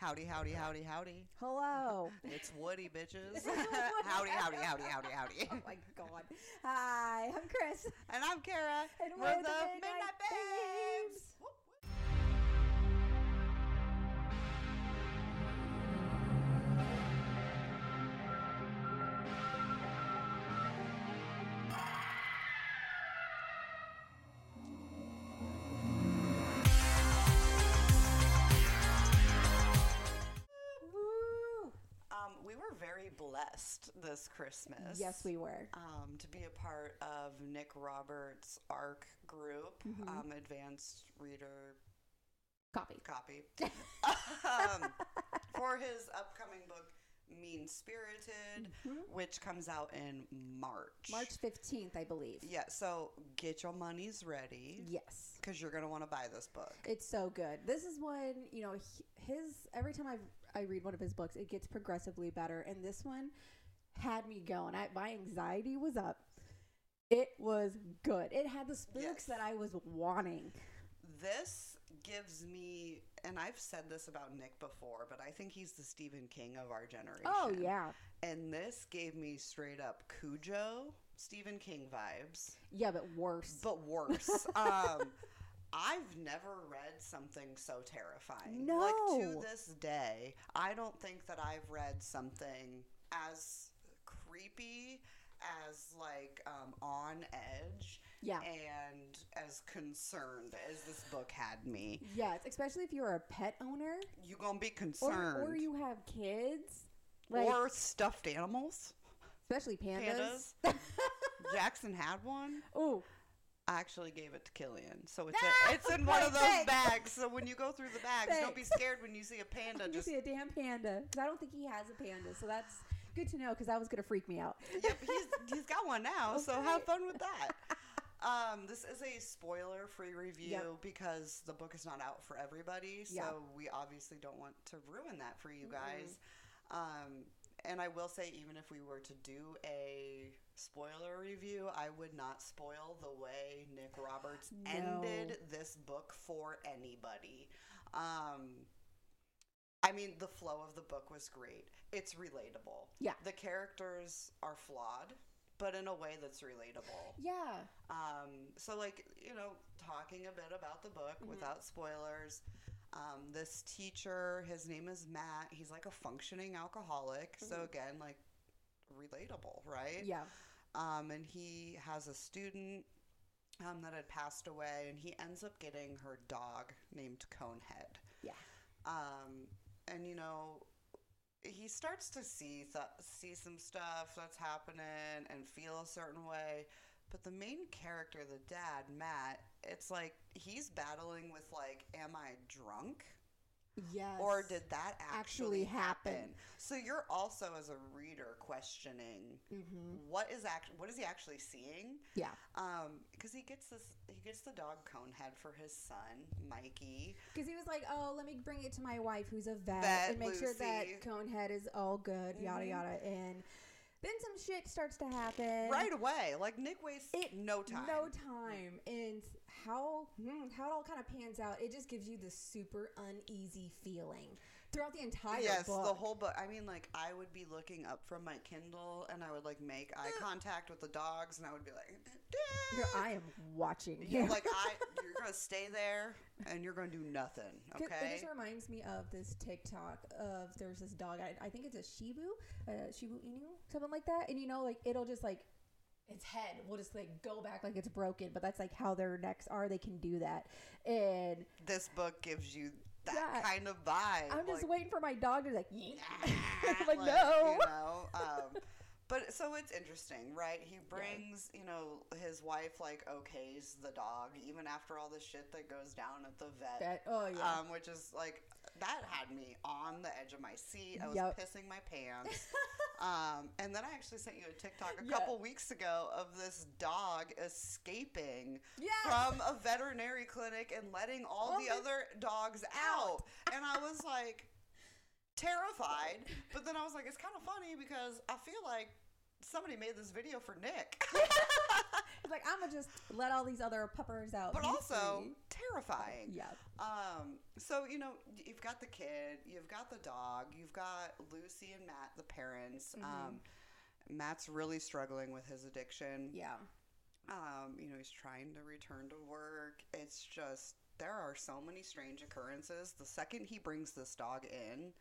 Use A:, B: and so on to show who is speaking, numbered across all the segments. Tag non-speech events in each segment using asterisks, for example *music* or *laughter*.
A: Howdy, howdy, howdy, howdy. *laughs*
B: Hello.
A: It's Woody,
B: *laughs*
A: bitches. howdy, howdy, howdy, howdy, howdy.
B: oh my God. Hi, I'm
A: *laughs*
B: Chris.
A: And I'm Kara.
B: And we're the Midnight Babes. Woo.
A: Um, we were very blessed this Christmas.
B: Yes, we were.
A: um, to be a part of Nick Roberts' ARC group,
B: Mm-hmm.
A: um, Advanced Reader
B: Copy.
A: Copy, *laughs* um, for his upcoming book, Mean Spirited, which comes out in March.
B: Mm-hmm. March 15th, I believe.
A: Yeah, so get your monies ready.
B: Yes.
A: Because you're going to want to buy this book.
B: It's so good. This is when, you know, he- his every time I I read one of his books, it gets progressively better and this one had me going. I, my anxiety was up. It was good. It had the spooks
A: Yes.
B: that I was wanting.
A: This gives me, and I've said this about Nick before, but I think he's the Stephen King of our generation.
B: Oh, yeah.
A: And this gave me straight up Cujo, Stephen King vibes,
B: Yeah, but worse.
A: but
B: *laughs*
A: worse. um, I've never read something so terrifying. Like to
B: No.
A: this day, I don't think that I've read something as creepy as like um, on edge
B: Yeah.
A: and as concerned as this book had me
B: Yes, especially if you're a pet owner
A: you gonna be concerned
B: or, or you have kids. Like,
A: Or stuffed animals
B: especially pandas.
A: pandas
B: *laughs*
A: jackson had one
B: Oh,
A: i actually gave it to killian so it's, a, it's in one of those
B: Thanks.
A: bags so when you go through the bags don't be
B: Thanks.
A: scared when you see a panda
B: *laughs* you
A: just
B: see a damn panda. 'Cause I don't think he has a panda, so that's good to know because that was going to freak me out.
A: *laughs* yep, he's he's got one now. So have fun with that. Um, this is a spoiler-free review
B: Yep.
A: because the book is not out for everybody, so
B: Yeah.
A: we obviously don't want to ruin that for you guys. Um, and I will say, even if we were to do a spoiler review, I would not spoil the way Nick Roberts
B: No.
A: ended this book for anybody. Um, I mean, the flow of the book was great. It's relatable.
B: Yeah.
A: The characters are flawed, but in a way that's relatable.
B: Yeah.
A: Um, so, like, you know, talking a bit about the book
B: Mm-hmm.
A: without spoilers. Um, this teacher, his name is Matt. He's like a functioning alcoholic. So, again, like, relatable, right?
B: Mm-hmm. Yeah.
A: Um, and he has a student um, that had passed away, and he ends up getting her dog named Conehead
B: Yeah.
A: um, and you know he starts to see th- see some stuff that's happening and feel a certain way but the main character the dad matt it's like he's battling with like am i drunk
B: Yes.
A: or did that actually,
B: Actually
A: happen?
B: happen.
A: so you're also as a reader questioning what is act what is he actually seeing
B: Yeah.
A: um because he gets this he gets the dog conehead for his son mikey
B: Because he was like, "Oh, let me bring it to my wife, who's a vet,
A: Vet,
B: and make sure that
A: Lucy.
B: Conehead is all good, yada yada." And then some shit starts to happen.
A: right away. Like Nick wastes
B: it
A: no time.
B: no time and how hmm, how it all kind of pans out it just gives you this super uneasy feeling throughout the entire
A: Yes,
B: book.
A: the whole book. I mean, like I would be looking up from my Kindle and I would like make eye contact with the dogs and I would be like,
B: Here, i am watching
A: Yeah,
B: you
A: like I, you're gonna stay there and you're gonna do nothing,
B: *laughs* It
A: okay?
B: just reminds me of this TikTok of there's this dog. I, I think it's a Shibu, uh, Shibu Inu, something like that. And you know, like it'll just like its head will just like go back like it's broken. But that's like how their necks are. They can do that. And
A: This book gives you that
B: Yeah.
A: kind of vibe.
B: I'm just
A: like, ah,
B: waiting for my dog to like, *laughs* like,
A: like,
B: no.
A: You know, um, but so it's interesting, right? He brings, you know, his wife like okays the dog even after all the shit that goes down at the vet.
B: Vet, oh, yeah.
A: Um, which is like that had me on the edge of my seat. I was
B: Yep.
A: pissing my
B: *laughs*
A: pants. um, and then I actually sent you a TikTok a
B: Yeah.
A: couple weeks ago of this dog escaping
B: Yes.
A: from a veterinary clinic and letting all
B: All
A: the
B: the-
A: other dogs out. and I was like terrified. But then I was like, it's kind of funny because I feel like somebody made this video for Nick.
B: It's like I'm gonna just let all these other puppers out.
A: But
B: be
A: also,
B: free.
A: terrifying.
B: Yeah.
A: Um, so you know, y- you've got the kid, you've got the dog, you've got Lucy and Matt, the parents. Um, Matt's really struggling with his addiction.
B: Yeah.
A: Um, you know, he's trying to return to work. It's just there are so many strange occurrences. The second he brings this dog in,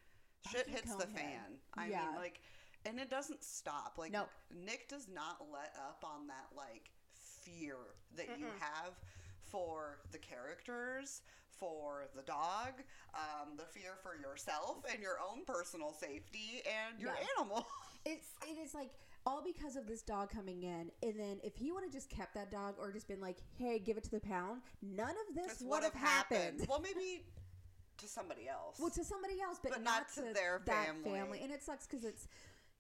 A: shit
B: Fucking
A: hits
B: cone
A: the
B: head.
A: fan. I
B: Yeah.
A: mean, like, and it doesn't stop. Like,
B: Nope.
A: Nick does not let up on that like fear that you have for the characters. For the dog, um, the fear for yourself and your own personal safety and your
B: Yeah.
A: animal. *laughs*
B: It's it is like all because of this dog coming in, and then if he would have just kept that dog or just been like, "Hey, give it to the pound," none of this
A: That's
B: would have happened.
A: Well, maybe to somebody else.
B: Well, to somebody else, but,
A: But
B: not,
A: not to their
B: that
A: family.
B: And it sucks because it's,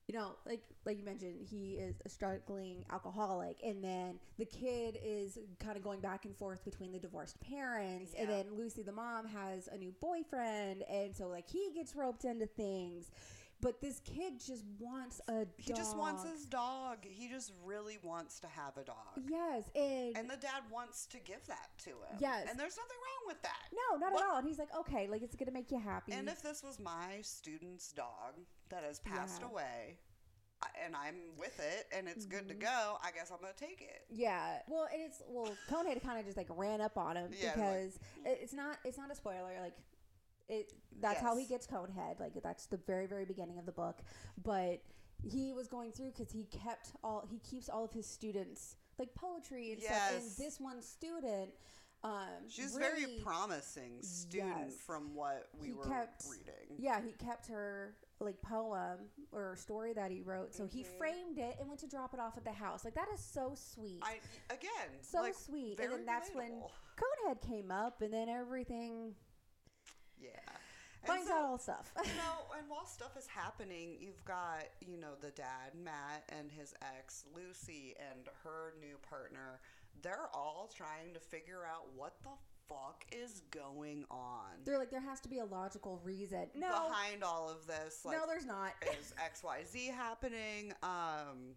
B: you know, like like you mentioned, he is a struggling alcoholic, and then the kid is kind of going back and forth between the divorced parents, and
A: Yeah.
B: then Lucy, the mom, has a new boyfriend, and so like he gets roped into things. But this kid just wants a dog.
A: He just wants his dog. He just really wants to have a dog.
B: Yes, and,
A: And the dad wants to give that to him.
B: Yes.
A: And there's nothing wrong with that.
B: no, not
A: What-
B: at all. And he's like, okay, like it's gonna make you happy.
A: And if this was my student's dog that has passed
B: Yeah.
A: away I- and I'm with it and it's good to
B: Mm-hmm.
A: go, I guess I'm going to take it.
B: Yeah, well, and it's well, Conehead kind of just like ran up on him
A: Yeah, like-
B: because it it's not it's not a spoiler. Like it that's how he
A: Yes.
B: gets Conehead. Like that's the very very beginning of the book. But he was going through because he kept all he keeps all of his students like poetry and stuff.
A: Yes.
B: And this one student, um,
A: She's
B: really,
A: very promising student
B: Yes.
A: from what we
B: He
A: were
B: kept-
A: reading.
B: Yeah, he kept her like poem or story that he wrote. So he
A: Mm-hmm.
B: framed it and went to drop it off at the house. Like that is so sweet.
A: I again
B: so
A: like,
B: sweet.
A: very
B: And then that's when
A: relatable.
B: Conehead came up, and then everything
A: yeah. And
B: finds
A: so-
B: out all stuff. *laughs*
A: you know, and while stuff is happening, you've got, you know, the dad, Matt, and his ex, Lucy, and her new partner. They're all trying to figure out what the fuck is going on
B: They're like, there has to be a logical reason. No,
A: behind all of this. Like,
B: no,
A: *laughs*
B: there's not.
A: is XYZ happening? Um,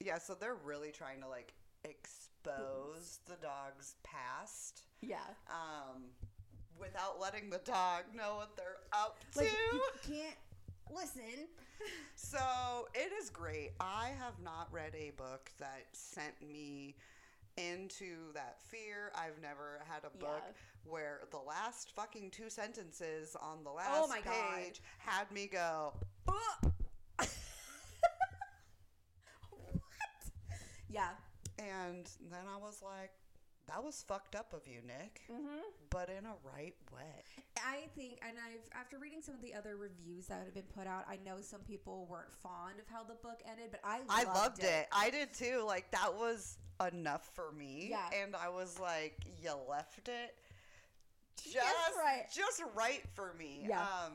A: yeah, so they're really trying to, like, expose the dog's past
B: yeah,
A: um, without letting the dog know what they're up to.
B: like you can't listen. *laughs*
A: So it is great. I have not read a book that sent me into that fear. I've never had a book
B: Yeah. Oh
A: where the last fucking two sentences on the last
B: my God.
A: page had me go,
B: what? *laughs* Yeah.
A: and then I was like, that was fucked up of you, Nick,
B: Mm. Mm-hmm.
A: but in a right way.
B: I think, and I've after reading some of the other reviews that have been put out, I know some people weren't fond of how the book ended, but I loved
A: I loved it. I did too. Like that was enough for me.
B: Yeah.
A: And I was like, you left it just
B: right.
A: just right for me.
B: Yeah.
A: Um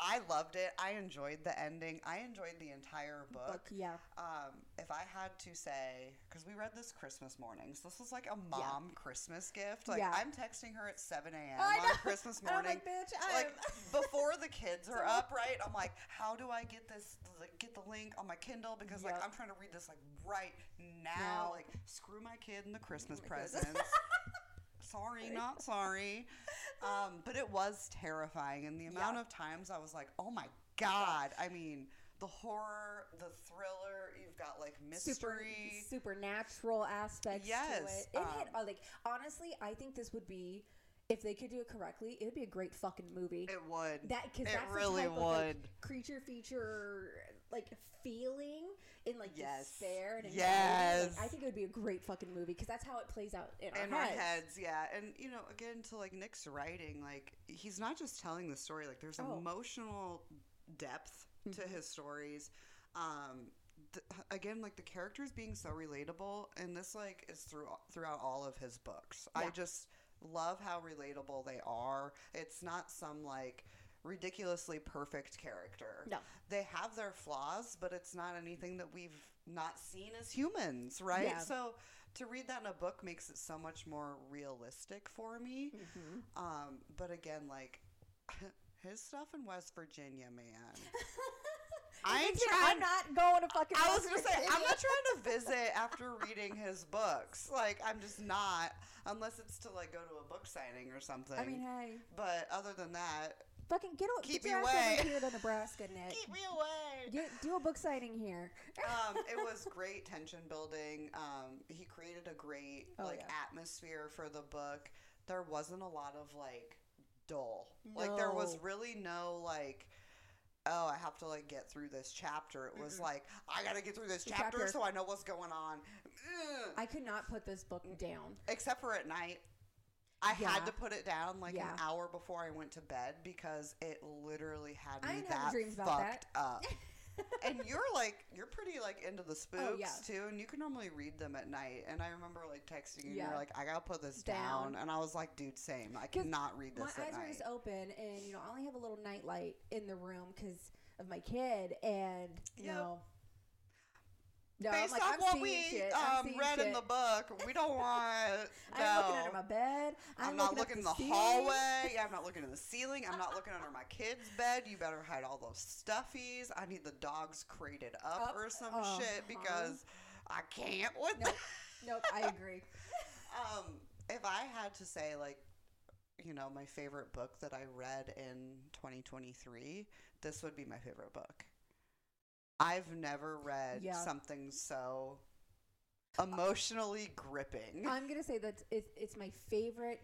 A: I loved it. I enjoyed the ending. I enjoyed the entire book.
B: Book, yeah.
A: Um, if I had to say, because we read this Christmas morning, so this was like a mom Christmas gift. Like
B: Yeah.
A: I'm texting her at 7 a.m. on
B: I know.
A: Christmas
B: *laughs* And I'm
A: morning.
B: like, "Bitch, I
A: like,
B: am-
A: *laughs*
B: *laughs*
A: before the kids are up, right? I'm like, how do I get this, like, get the link on my Kindle? Because, like,
B: Yep.
A: I'm trying to read this, like, right now.
B: Now.
A: Like, screw my kid and the Christmas
B: my goodness.
A: presents.
B: *laughs*
A: sorry, not sorry. Um, but it was terrifying. And the amount
B: Yeah.
A: of times I was like, oh my God. I mean, the horror, the thriller, you've got, like,
B: super
A: mystery.
B: supernatural aspects to
A: Yes,
B: it. It hit
A: um,
B: uh, like honestly, I think this would be if they could do it correctly, it would be a great fucking movie.
A: It would.
B: that because
A: it
B: that's
A: really
B: the type Of,
A: would.
B: like, creature feature like feeling in like
A: Yes.
B: despair and anxiety.
A: Yes.
B: Like, I think it would be a great fucking movie because that's how it plays out in our
A: in
B: heads.
A: our heads yeah and you know again to like nick's writing like he's not just telling the story like there's
B: Oh. Mm-hmm.
A: emotional depth to his stories um th- again like the characters being so relatable and this like is through throughout all of his books i
B: Yeah.
A: just love how relatable they are it's not some like ridiculously perfect character
B: No.
A: they have their flaws but it's not anything that we've not seen as humans right
B: Yeah.
A: so to read that in a book makes it so much more realistic for me.
B: Mm-hmm.
A: Um, *laughs*
B: *laughs*
A: but again, like his stuff in West Virginia, man. I ain't
B: Listen,
A: trying.
B: I'm not going to fucking.
A: I was gonna
B: Western
A: say I'm
B: City.
A: not trying to visit after reading his books. Like I'm just not, unless it's to like go to a book signing or something.
B: I mean, hey,
A: but other than that,
B: fucking get, o-
A: Keep
B: get your
A: me
B: ass
A: away.
B: over here to Nebraska, Nick.
A: me away.
B: Get, do a book signing here.
A: um, it was great tension building. Um, he created a great
B: Oh,
A: like
B: yeah.
A: atmosphere for the book. There wasn't a lot of like dull. Like there was
B: No.
A: really no like oh I have to like get through this chapter. It was like I gotta get through this
B: The
A: chapter,
B: chapter.
A: so I know what's going on. Ugh.
B: I could not put this book down.
A: Except for at night. I
B: Yeah.
A: had to put it down like
B: Yeah.
A: an hour before I went to bed because it literally had
B: I
A: me
B: know
A: that
B: dreams about
A: fucked
B: *laughs*
A: up. and you're like you're pretty like into the spooks
B: Oh, yeah.
A: too, and you can normally read them at night. And I remember like texting you, and
B: Yeah.
A: you're like, "I gotta put this
B: Down.
A: down,", and I was like, "Dude, same. I
B: 'Cause
A: cannot read
B: My
A: this at
B: eyes were
A: night."
B: just open, and you know, I only have a little nightlight in the room because of my kid, and you
A: Yep.
B: know. No, I'm
A: Based
B: like,
A: on
B: I'm
A: what
B: seeing
A: we
B: shit. I'm
A: um,
B: seeing
A: read in
B: shit.
A: the book, we don't want. no.
B: *laughs* I'm looking under my bed. I'm,
A: I'm, not
B: looking,
A: looking in
B: up
A: the
B: the ceiling.
A: hallway. Yeah, I'm not looking in the ceiling. I'm not looking under my kid's bed. You better hide all those stuffies. I need the dogs crated up,
B: Up,
A: or some
B: uh-huh.
A: shit because I can't with
B: Nope. Nope, I agree.
A: um, if I had to say, like, you know, my favorite book that I read in 2023, this would be my favorite book. I've never read
B: Yeah.
A: something so emotionally gripping.
B: I'm gonna say that it's, it's my favorite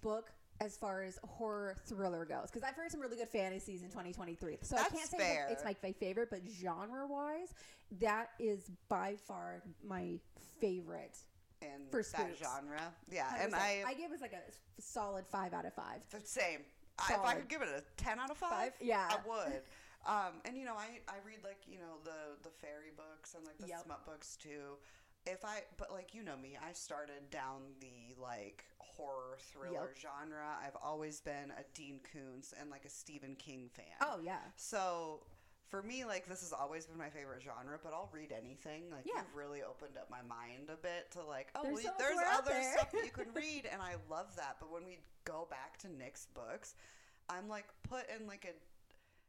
B: book as far as horror thriller goes because I've heard some really good fantasies in 2023. So I
A: That's
B: can't say
A: fair.
B: Like, it's my, my favorite, but genre wise, that is by far my favorite.
A: in
B: for
A: that
B: spooks.
A: genre. Yeah,
B: 100%.
A: and I,
B: I give us like a s- solid five out of five.
A: the same. I, if I
B: Solid.
A: could give it a 10 out of 5,
B: Five? Yeah.
A: I would. Um, and you know, I, I read like, you know, the the fairy books and like the
B: Yep.
A: smut books too. If I but like you know me, I started down the like horror thriller
B: Yep.
A: genre. I've always been a Dean Koontz and like a Stephen King fan.
B: Oh yeah,
A: So for me, like this has always been my favorite genre, but I'll read anything. Like
B: Yeah.
A: you've really opened up my mind a bit to like, oh,
B: There's
A: well,
B: so much
A: there's
B: more out
A: other
B: there.
A: stuff
B: *laughs*
A: that you can read, and I love that. But when we go back to Nick's books, I'm like put in like a.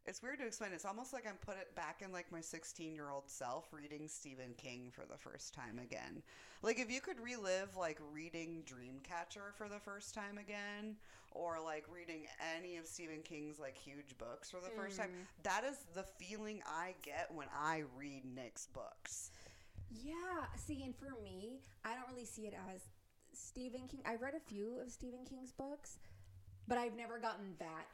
A: It's weird to explain. It's almost like I'm put it back in like my 16 year old self reading Stephen King for the first time again. Like if you could relive like reading Dreamcatcher for the first time again, or like reading any of Stephen King's like huge books for the first time,
B: Mm.
A: that is the feeling I get when I read Nick's books.
B: yeah. See, and for me, I don't really see it as Stephen King. I read a few of Stephen King's books, but I've never gotten that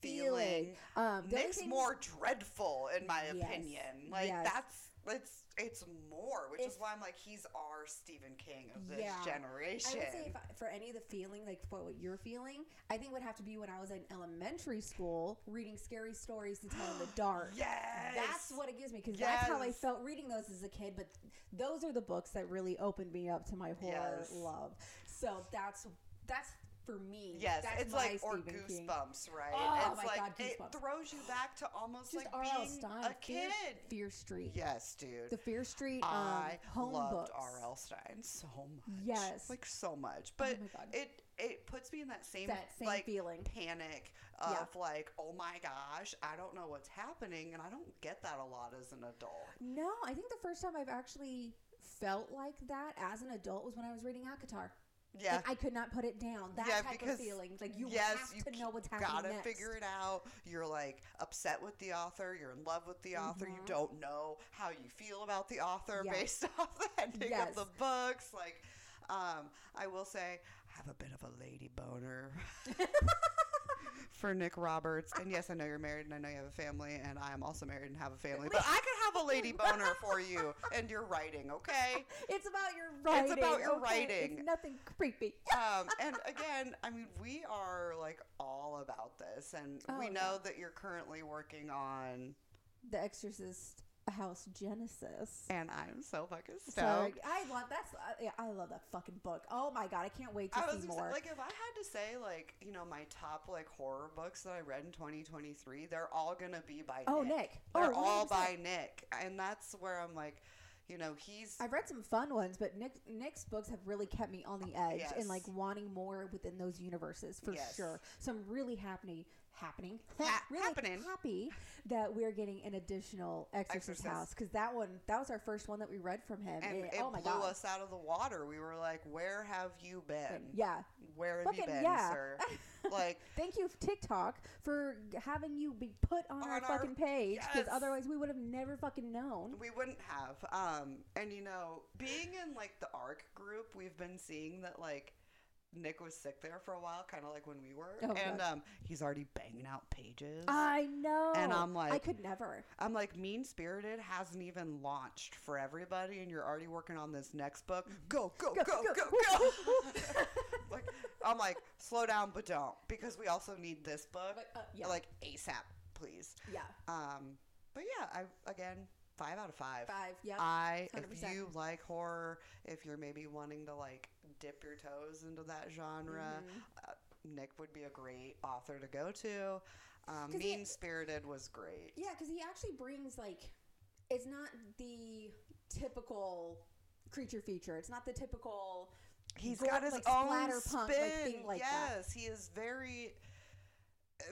B: feeling.
A: Feeling.
B: Um, the only
A: Nick's
B: thing-
A: more dreadful in my
B: Yes.
A: opinion. Like
B: Yes.
A: that's it's it's more, which is
B: If-
A: why I'm like he's our Stephen King of this
B: Yeah. I
A: generation.
B: would say if I, for any of the feeling, like for what you're feeling, I think it would have to be when I was in elementary school reading scary stories to tell in the dark.
A: yes.
B: That's what it gives me because that's how I
A: Yes.
B: felt reading those as a kid. But those are the books that really opened me up to my horror
A: Yes.
B: love. So that's that's for me.
A: Yes,
B: that's
A: it's like
B: my
A: or
B: Stephen King.
A: goosebumps, right?
B: Oh
A: it's
B: my
A: like
B: God,
A: it
B: Goosebumps.
A: throws you back to almost
B: Just
A: like
B: R.L.
A: being
B: Stein,
A: a
B: Fear,
A: kid.
B: Fear Street,
A: Yes, dude.
B: the Fear Street um,
A: I
B: home
A: loved
B: books.
A: R.L. Stein so much.
B: Yes. Oh
A: like so much. But
B: my God.
A: it it puts me in that same
B: That same
A: like
B: feeling.
A: panic of
B: Yeah.
A: like, oh my gosh, I don't know what's happening, and I don't get that a lot as an adult.
B: No, I think the first time I've actually felt like that as an adult was when I was reading Akatar.
A: Yeah,
B: Like I could not put it down. That
A: Yeah,
B: type
A: because-
B: of feeling. Like you
A: yes,
B: have
A: you
B: to know what's happening.
A: gotta
B: next.
A: figure it out. You're like upset with the author. You're in love with the author. You
B: Mhm.
A: don't know how you feel about the author
B: Yeah.
A: based *laughs* off the ending
B: Yes.
A: of the books. Like, um, I will say, I have a bit of a lady
B: *laughs*
A: boner for Nick Roberts. And yes, I know you're married, and I know you have a family, and I am also married and have a family. But I could
B: *laughs*
A: have a lady boner for you and your writing, okay?
B: It's about your writing.
A: about your
B: okay? It's
A: writing.
B: nothing creepy.
A: um, and again, I mean, we are like all about this, and
B: Oh,
A: we
B: yeah.
A: know that you're currently working on.
B: The Exorcist House Genesis.
A: And I'm so fucking
B: Sorry,
A: stoked.
B: I love that's I- yeah, I love that fucking book. Oh my god, I can't wait to
A: I was
B: see
A: gonna
B: more.
A: say, like, if I had to say, like, you know, my top like horror books that I read in 2023, they're all gonna be by
B: Oh,
A: Nick.
B: Nick. Oh,
A: They're all
B: 100%.
A: by Nick, and that's where I'm like, you know, he's
B: I've read some fun ones, but Nick Nick's books have really kept me on the edge and
A: Yes.
B: like wanting more within those universes for
A: Yes.
B: sure. So I'm really happy happening,
A: Ha-
B: really
A: happening.
B: happy that we're getting an additional Exorcist,
A: Exorcist.
B: house because that one that was our first one that we read from him.
A: And
B: It-
A: it
B: oh my
A: blew
B: god!
A: us out of the water. We were like, "Where have you been?
B: Yeah,
A: Where have you
B: Fucking
A: been,
B: yeah.
A: sir?"
B: *laughs*
A: Like,
B: Thank you, TikTok, for having you be put on, our,
A: On our-
B: fucking page because
A: Yes.
B: otherwise we would have never fucking known.
A: we wouldn't have. Um, and you know, being in like the ARC group, we've been seeing that like Nick was sick there for a while, kind of like when we were,
B: Oh,
A: and
B: God.
A: um, he's already banging out pages.
B: I know.
A: And I'm
B: I
A: like-
B: could never.
A: I'm like, Mean Spirited hasn't even launched for everybody, and you're already working on this next book. Go, go, go, go, go. *laughs* like, I'm like, slow down, but don't, because we also need this book,
B: But, uh, yeah.
A: like ASAP, please.
B: Yeah.
A: Um, but yeah, I again, five out of five.
B: Five. Yeah.
A: I if
B: 100%.
A: you like horror, if you're maybe wanting to like dip your toes into that genre,
B: Mm-hmm.
A: uh, Nick would be a great author to go to. Um,
B: 'Cause he-
A: mean Spirited was great.
B: Yeah, because he actually brings like, it's not the typical creature feature. It's not the typical.
A: He's
B: gore-
A: got his
B: like,
A: own
B: splatterpunk,
A: spin.
B: like, thing like that.
A: yes, he is very,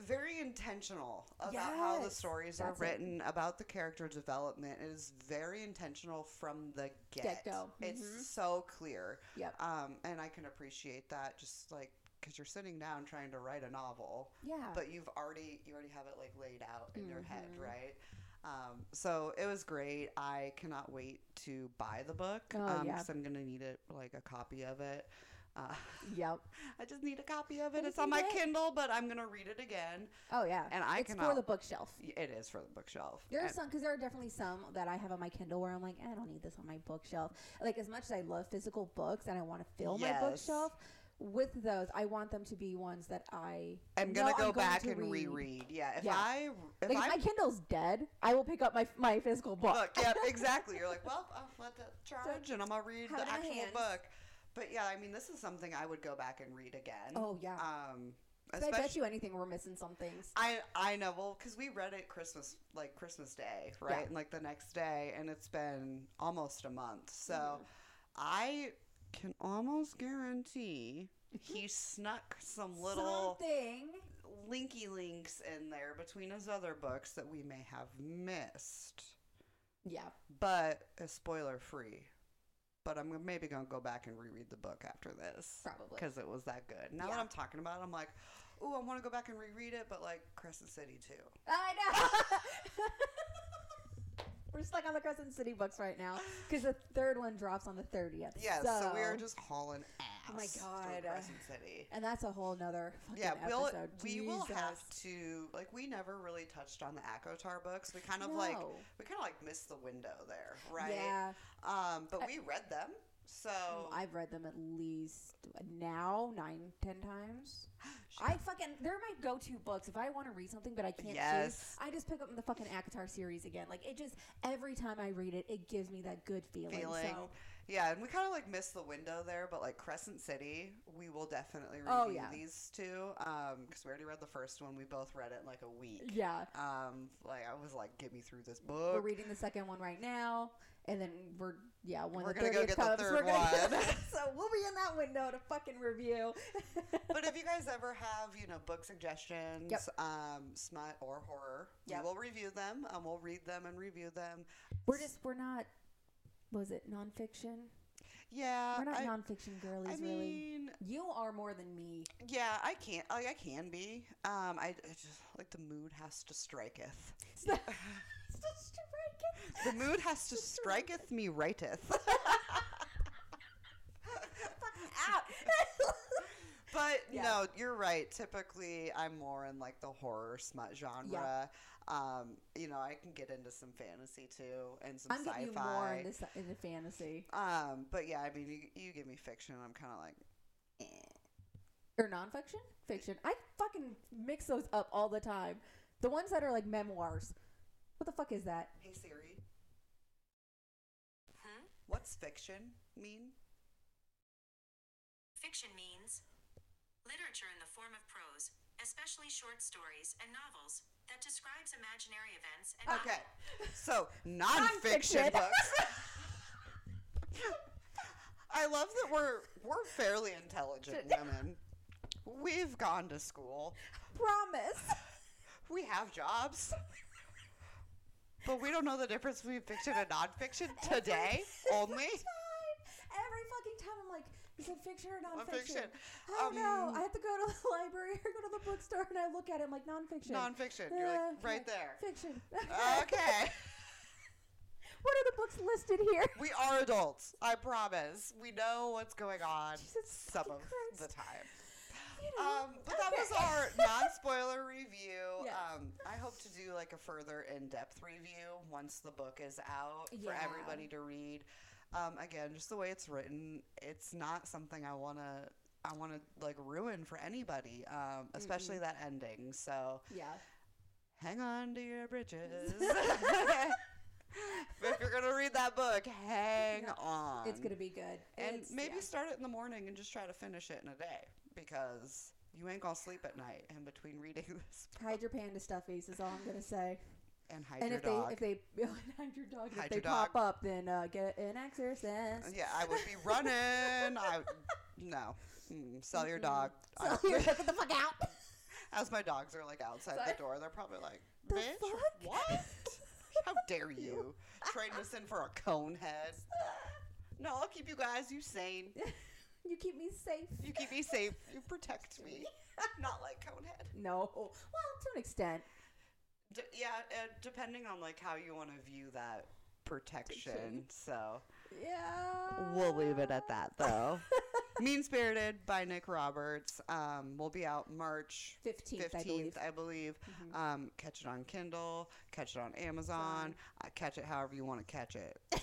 A: very intentional about how the
B: Yes,
A: stories are
B: that's it.
A: written, about the character development. It is very intentional from the get.
B: Get-go,
A: It's
B: mhm.
A: so clear.
B: Yep.
A: Um, and I can appreciate that. Just like because you're sitting down trying to write a novel,
B: Yeah.
A: but you've already you already have it like laid out in your head,
B: Mhm.
A: right? Um, so it was great. I cannot wait to buy the book
B: Oh,
A: um,
B: yeah.
A: 'cause I'm gonna need it like a copy of it. Uh, *laughs*
B: yep.
A: I just need a copy of it.
B: just
A: It's on
B: need
A: my
B: it.
A: Kindle, but I'm gonna read it again.
B: Oh yeah.
A: And I
B: it's for
A: cannot-
B: the bookshelf.
A: Y- It is for the bookshelf.
B: There are
A: And-
B: some because there are definitely some that I have on my Kindle where I'm like, "Eh, I don't need this on my bookshelf. Like as much as I love physical books and I want to fill
A: Yes.
B: my bookshelf with those, I want them to be ones that I
A: I'm
B: know
A: gonna go
B: going
A: back
B: to
A: and reread. Yeah, if
B: Yeah.
A: I if
B: Like if
A: I
B: my Kindle's dead, I will pick up my my physical book.
A: book. Yeah, exactly. You're like, well, I'll let that charge, and I'm gonna read
B: have
A: the
B: it in my
A: actual
B: hands.
A: book. But yeah, I mean, this is something I would go back and read again.
B: *laughs* Oh yeah.
A: Um,
B: 'Cause I bet
A: especially
B: you anything we're missing some things.
A: I I know well because we read it Christmas like Christmas Day, right?
B: Yeah.
A: And like the next day, and it's been almost a month. So
B: Mm-hmm.
A: I can almost guarantee he snuck some little
B: something.
A: linky links in there between his other books that we may have missed
B: Yeah.
A: but it's spoiler free. But I'm gonna- maybe gonna go back and reread the book after this,
B: Probably.
A: because it was that good. Now that
B: Yeah.
A: I'm talking about it, I'm like, ooh, I want to go back and reread it, but like Crescent City too.
B: I know. *laughs* We're stuck on the Crescent City books right now because the third one drops on the 30th.
A: Yeah, so, we are just hauling ass.
B: Oh my
A: through
B: God.
A: Crescent City.
B: And *laughs* that's a whole nother fucking
A: Yeah, we'll
B: episode.
A: we will have
B: Jesus.
A: to like we never really touched on the Akotar books. We kind of like
B: No.
A: we kind of like missed the window there, right?
B: Yeah.
A: Um, but
B: I-
A: we read them, so
B: I've read them at least now nine, ten times.
A: *gasps*
B: I fucking they're my go-to books if I want to read something but I can't choose.
A: Yes.
B: I just pick up the fucking Akatar series again. Like it just every time I read it, it gives me that good feeling.
A: feeling.
B: So,
A: Yeah, and we kind of like missed the window there, but like Crescent City, we will definitely review
B: Oh, yeah.
A: these two because we already read the first one. We both read it in like a week.
B: yeah,
A: Um, like I was like, get me through this
B: we're
A: book.
B: reading the second one right now, and then we're yeah when
A: We're
B: the
A: gonna go
B: 30th
A: get the
B: comes,
A: third
B: we're gonna-
A: one.
B: *laughs* so we'll be in that window to fucking review. *laughs*
A: but if you guys ever have you know book suggestions, um, smut or horror,
B: Yep.
A: we will review them. Um, we'll read them and review them.
B: We're just we're not. Was it nonfiction?
A: Yeah,
B: We're not
A: Uh, I,
B: nonfiction girlies,
A: I
B: really.
A: mean,
B: You are more than me.
A: yeah, I can't. Like I can be. Um, I, I just like the mood has to striketh. *laughs*
B: It's not- it's just striking.
A: The mood has to
B: *laughs*
A: striketh me righteth. *laughs*
B: Out.
A: But
B: Yeah.
A: no, you're right. Typically, I'm more in like the horror smut genre. Um, you know, I can get into some fantasy too and some
B: I'm getting you more
A: sci-fi.
B: in this in the fantasy
A: um, but yeah, I mean, you, you give me fiction, I'm kind of like,
B: or nonfiction, fiction. I fucking mix those up all the time. The ones that are like memoirs. What the fuck is that?
A: hey Siri, what's fiction mean?
C: Fiction means literature in the form of prose, especially short stories and novels, that describes imaginary events and
A: Okay, so
B: Ah. *laughs*
A: nonfiction
B: Nonfiction. *laughs*
A: books. I love that we're we're
B: *laughs*
A: fairly intelligent women. We've gone to school.
B: Promise.
A: we have jobs. But we don't know the difference between fiction and nonfiction *laughs* today *laughs* only.
B: time. Every fucking time I'm like, is it fiction or
A: Nonfiction.
B: nonfiction? I don't know.
A: Um,
B: I have to go to the *laughs* library or go to the bookstore and I look at it. I'm like, nonfiction.
A: Nonfiction. You're like,
B: okay.
A: right there. Uh,
B: Fiction. *laughs*
A: Okay.
B: what are the books listed here? *laughs*
A: We are adults. I promise. We know what's going on
B: Jesus
A: some
B: fucking
A: of
B: Christ.
A: the time.
B: You know,
A: Um, but that was
B: okay.
A: our non spoiler review.
B: *laughs* Yes.
A: Um, I hope to do like a further in depth review once the book is out for
B: Yeah.
A: everybody to read. Um, again, just the way it's written, it's not something I want to. I want to like ruin for anybody, um, especially that ending. So
B: *laughs* Yeah.
A: hang on to your
B: *laughs*
A: britches. *laughs* if you're gonna read that book, hang on.
B: It's going to be good.
A: Um, And
B: It's-
A: maybe
B: yeah.
A: start it in the morning and just try to finish it in a day because you ain't gonna sleep at night in between *laughs* reading this
B: Hide your panda stuffies is all I'm gonna say.
A: and hide
B: And
A: your
B: if they,
A: dog.
B: if they *laughs* hide your dog, if
A: Hide
B: they
A: your dog.
B: pop up, then uh, get an exorcist.
A: yeah, I would be running. I no. Mm, sell your dog. I-
B: So *laughs* you're get the fuck out.
A: as my dogs are like outside
B: Sorry.
A: the door, they're probably like,
B: The
A: "Bitch,
B: fuck?"
A: what? How dare you trade us in for a cone head?" No, I'll keep you guys. You sane.
B: *laughs* You keep me safe.
A: You keep me safe. You protect
B: *laughs*
A: me. Not like Conehead.
B: No. Well, to an extent.
A: D- yeah, uh, depending on like how you want to view that protection. So
B: Yeah.
A: we'll leave it at that, though. *laughs* mean Spirited by Nick Roberts. Um, will be out March
B: 15th, I
A: 15th,
B: believe.
A: I believe. Um, catch it on Kindle. Catch it on Amazon. Uh, catch it however you want to catch it. *laughs*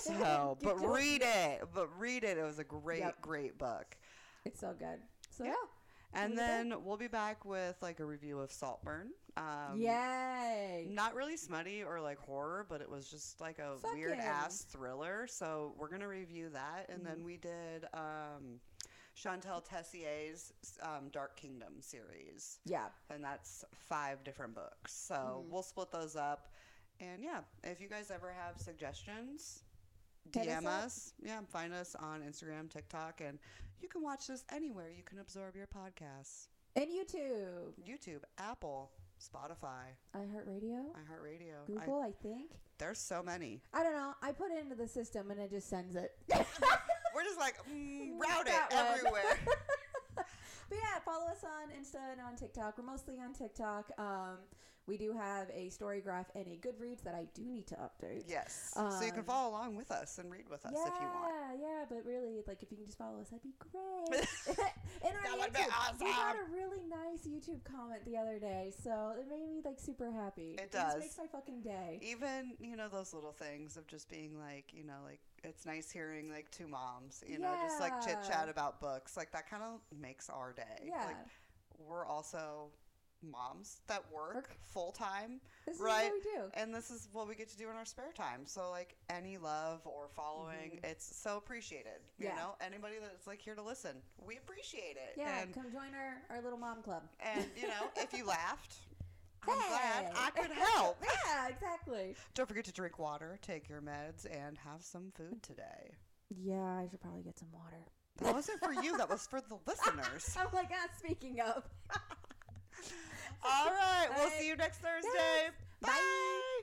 A: so,
B: You
A: but
B: do it.
A: read it. But read it. It was a great,
B: Yep.
A: great book.
B: It's so good. So
A: Yeah. And
B: Leave it there.
A: then we'll be back with like a review of Saltburn. Um,
B: Yay.
A: not really smutty or like horror, but it was just like a
B: Fuck
A: weird
B: yeah. Mm-hmm.
A: ass thriller. So we're gonna review that, and then we did um, Chantel Tessier's um, Dark Kingdom series,
B: Yeah.
A: and that's five different books. So
B: Mm-hmm.
A: we'll split those up, and yeah, if you guys ever have suggestions.
B: Hit us
A: DM
B: up.
A: us. Yeah, find us on Instagram, TikTok, and you can watch this anywhere you can absorb your podcasts.
B: And YouTube,
A: YouTube, Apple, Spotify,
B: iHeartRadio,
A: iHeartRadio. I-
B: Google, I think.
A: there's so many.
B: I don't know. I put it into the system and it just sends it. *laughs*
A: We're just like mm, route
B: That
A: it
B: one. *laughs*
A: everywhere.
B: But yeah, follow us on Insta and on TikTok. We're mostly on TikTok. Um, we do have a story graph and a Goodreads that I do need to update.
A: yes. so you can
B: Um,
A: follow along with us and read with us if you want.
B: Yeah, yeah, but really, like if you can just follow us, that'd be
A: *laughs*
B: great. *laughs* and our
A: That would be
B: YouTube, We got
A: awesome.
B: a really nice YouTube comment the other day, so it made me like super happy.
A: It
B: just
A: does.
B: makes my fucking day.
A: Even, you know, those little things of just being like, you know, like it's nice hearing like two moms, you know, just like chit
B: Yeah.
A: chat about books. Like that kind of makes our day.
B: Yeah,
A: Like we're also moms that work,
B: Work.
A: full time.
B: this is
A: right.
B: what we do.
A: And this is what we get to do in our spare time. So like any love or following, it's so appreciated. You
B: Mm-hmm. Yeah.
A: know, anybody that's like here to listen, we appreciate it.
B: Yeah,
A: And
B: come join our, our little mom club.
A: And you know, if you laughed, I'm glad I
B: Hey.
A: could help.
B: *laughs* yeah, exactly.
A: Don't forget to drink water, take your meds, and have some food today.
B: Yeah, I should probably get some water.
A: That wasn't for you. That was for the listeners.
B: Oh my God! Speaking of,
A: *laughs* All right, we'll
B: Alright.
A: see you next Thursday.
B: Yes.
A: Bye.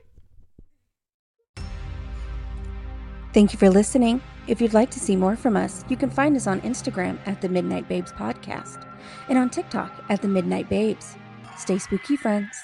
D: Thank you for listening. If you'd like to see more from us, you can find us on Instagram at the Midnight Babes Podcast and on TikTok at the Midnight Babes. Stay spooky, friends.